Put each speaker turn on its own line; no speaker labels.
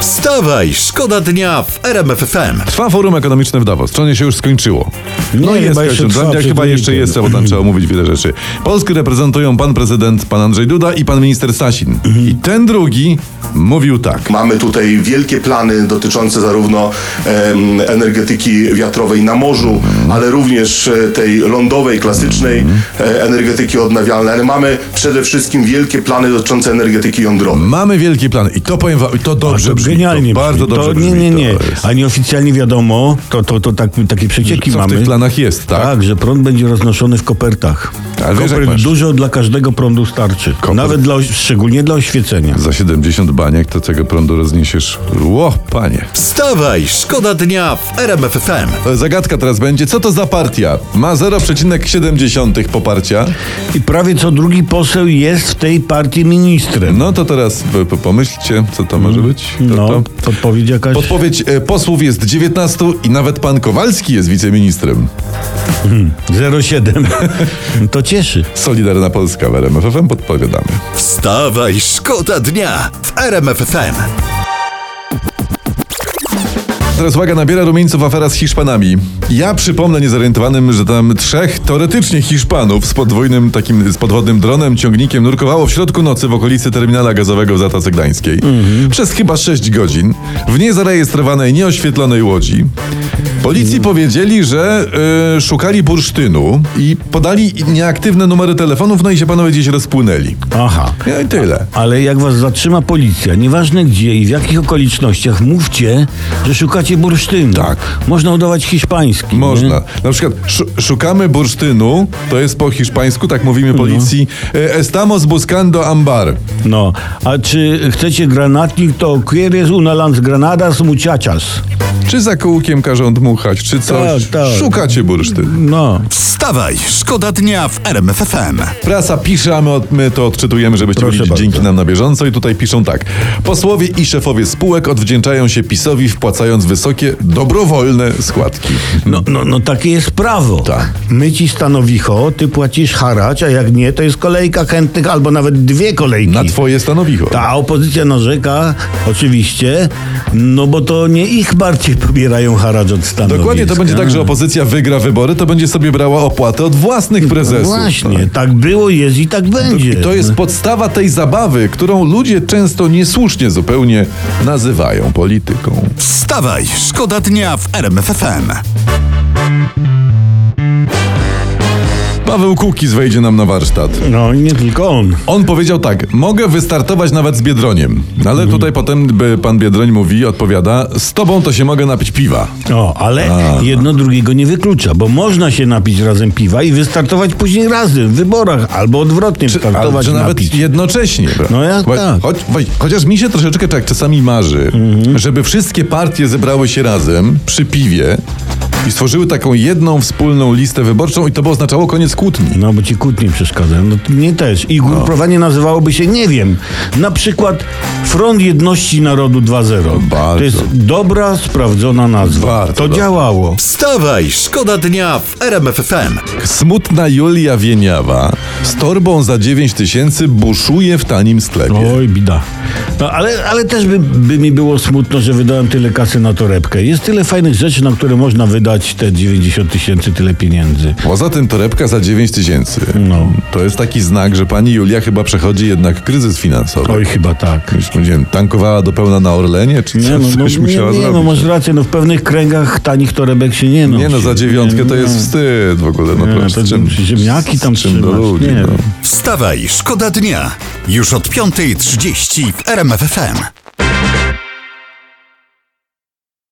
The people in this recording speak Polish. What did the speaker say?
Wstawaj, szkoda dnia w RMF FM.
Trwa forum ekonomiczne w Davos. Wczoraj się już skończyło. No
Nie,
jest
chyba jeszcze
skończone.
trwa przed
chyba jeszcze
weekendem.
jest, bo tam trzeba omówić wiele rzeczy. Polskę reprezentują pan prezydent, pan Andrzej Duda i pan minister Sasin.
Mhm.
I ten drugi mówił tak.
Mamy tutaj wielkie plany dotyczące zarówno em, energetyki wiatrowej na morzu, ale również e, tej lądowej, klasycznej e, energetyki odnawialnej, ale mamy przede wszystkim wielkie plany dotyczące energetyki jądrowej.
Mamy wielki plan i to powiem wam, i to dobrze brzmi.
Genialnie.
to bardzo
brzmi.
dobrze
to,
brzmi.
Nie, nie, nie.
To jest.
A nieoficjalnie wiadomo, to, to, to tak, takie przecieki
Co w
mamy.
tych planach jest, tak?
tak. że prąd będzie roznoszony w kopertach.
Ale wiesz, jak
Kopert
masz.
dużo dla każdego prądu starczy.
Kopert.
Nawet dla, oś- szczególnie dla oświecenia.
Za 70 baniek to tego prądu rozniesiesz. Ło, panie.
Wstawaj, szkoda dnia w RMF FM.
Zagadka teraz będzie, co to za partia? Ma 0,7 poparcia.
I prawie co drugi poseł jest w tej partii ministrem.
No to teraz p- p- pomyślcie, co to może być. To,
No,
to.
podpowiedź jakaś.
Podpowiedź e, posłów jest 19 i nawet pan Kowalski jest wiceministrem.
07. to cieszy.
Solidarna Polska w RMF FM podpowiadamy.
Wstawaj, szkoda dnia w RMF FM.
Teraz uwaga, nabiera rumieńców afera z Hiszpanami. Ja przypomnę niezorientowanym, że tam trzech teoretycznie Hiszpanów z podwójnym takim, z podwodnym dronem, ciągnikiem nurkowało w środku nocy w okolicy terminala gazowego w Zatoce Gdańskiej. Przez chyba 6 godzin w niezarejestrowanej, nieoświetlonej łodzi. Policji powiedzieli, że y, szukali bursztynu i podali nieaktywne numery telefonów, no i się panowie gdzieś rozpłynęli.
Aha.
No i tyle.
Ale jak was zatrzyma policja, nieważne gdzie i w jakich okolicznościach, mówcie, że szukacie bursztynu.
Tak.
Można udawać hiszpański. nie?
Można. Na przykład szu- szukamy bursztynu, to jest po hiszpańsku, tak mówimy policji. e, Estamos buscando ambar.
No, a czy chcecie granatnik, to quieres una lance granadas muchachas.
Czy za kółkiem każą dmuchać, czy coś.
Tak, tak.
Szukacie bursztynu.
No,
Wstawaj, szkoda dnia w RMF FM.
Prasa pisze, a my, od, my to odczytujemy, żebyście
Proszę
byli
bardzo.
dzięki nam na bieżąco i tutaj piszą tak. Posłowie i szefowie spółek odwdzięczają się PiSowi wpłacając wysokie, dobrowolne składki.
no, no, no takie jest prawo.
Tak.
My ci stanowicho, ty płacisz haracz, a jak nie, to jest kolejka chętnych albo nawet dwie kolejki.
Na twoje stanowisko.
Ta opozycja narzeka, oczywiście, no bo to nie ich bardziej pobierają haracz od stanowiska. No
Dokładnie to będzie tak, że opozycja wygra wybory, to będzie sobie brała opłatę od własnych prezesów.
No Właśnie, tak. było, jest i tak będzie.
I to jest podstawa tej zabawy, którą ludzie często niesłusznie zupełnie nazywają polityką.
Wstawaj, szkoda dnia w RMF FM.
Paweł Kukiz wejdzie nam na warsztat.
No i nie tylko on.
On powiedział tak, mogę wystartować nawet z Biedroniem. No
Mhm.
Ale tutaj potem by pan Biedroń mówi, odpowiada, z tobą to się mogę napić piwa.
O, ale jedno drugiego nie wyklucza, bo można się napić razem piwa i wystartować później razem w wyborach, albo odwrotnie
Ale
startować
czy nawet
Tak, napić.
jednocześnie. bro.
No ja tak. Mhm.
Choć, choć- chociaż mi się troszeczkę tak czasami marzy, żeby wszystkie partie zebrały się razem przy piwie i stworzyły taką jedną wspólną listę wyborczą i to by oznaczało koniec kłótni.
No bo ci kłótnie przeszkadzają. No to nie też. I grupowanie nazywałoby się, nie wiem, na przykład Front Jedności Narodu 2.0.
Bardzo.
To jest dobra, sprawdzona nazwa.
Bardzo
to
dobra.
działało.
Wstawaj, szkoda dnia w RMF FM.
Smutna Julia Wieniawa z torbą za 9 tysięcy buszuje w tanim sklepie.
Oj, bida. No, ale, ale też by, by mi było smutno, że wydałem tyle kasy na torebkę. Jest tyle fajnych rzeczy, na które można wydać te 90 tysięcy, tyle pieniędzy.
Poza tym torebka za 9 tysięcy.
No.
To jest taki znak, że pani Julia chyba przechodzi jednak kryzys finansowy.
Oj, chyba tak.
Już, nie wiem, tankowała do pełna na Orlenie, czy
Nie,
co,
no, no,
coś
nie,
musiała
nie, no
zrobić?
masz rację, no w pewnych kręgach tanich torebek się nie nosi.
nie no, za dziewiątkę to jest wstyd w ogóle. No,
Nie,
proszę,
to
z czym,
ziemniaki tam
z czym do
trzymasz,
ludzi.
nie.
No.
Wstawaj, szkoda dnia. Już od 5.30 w RMF FM.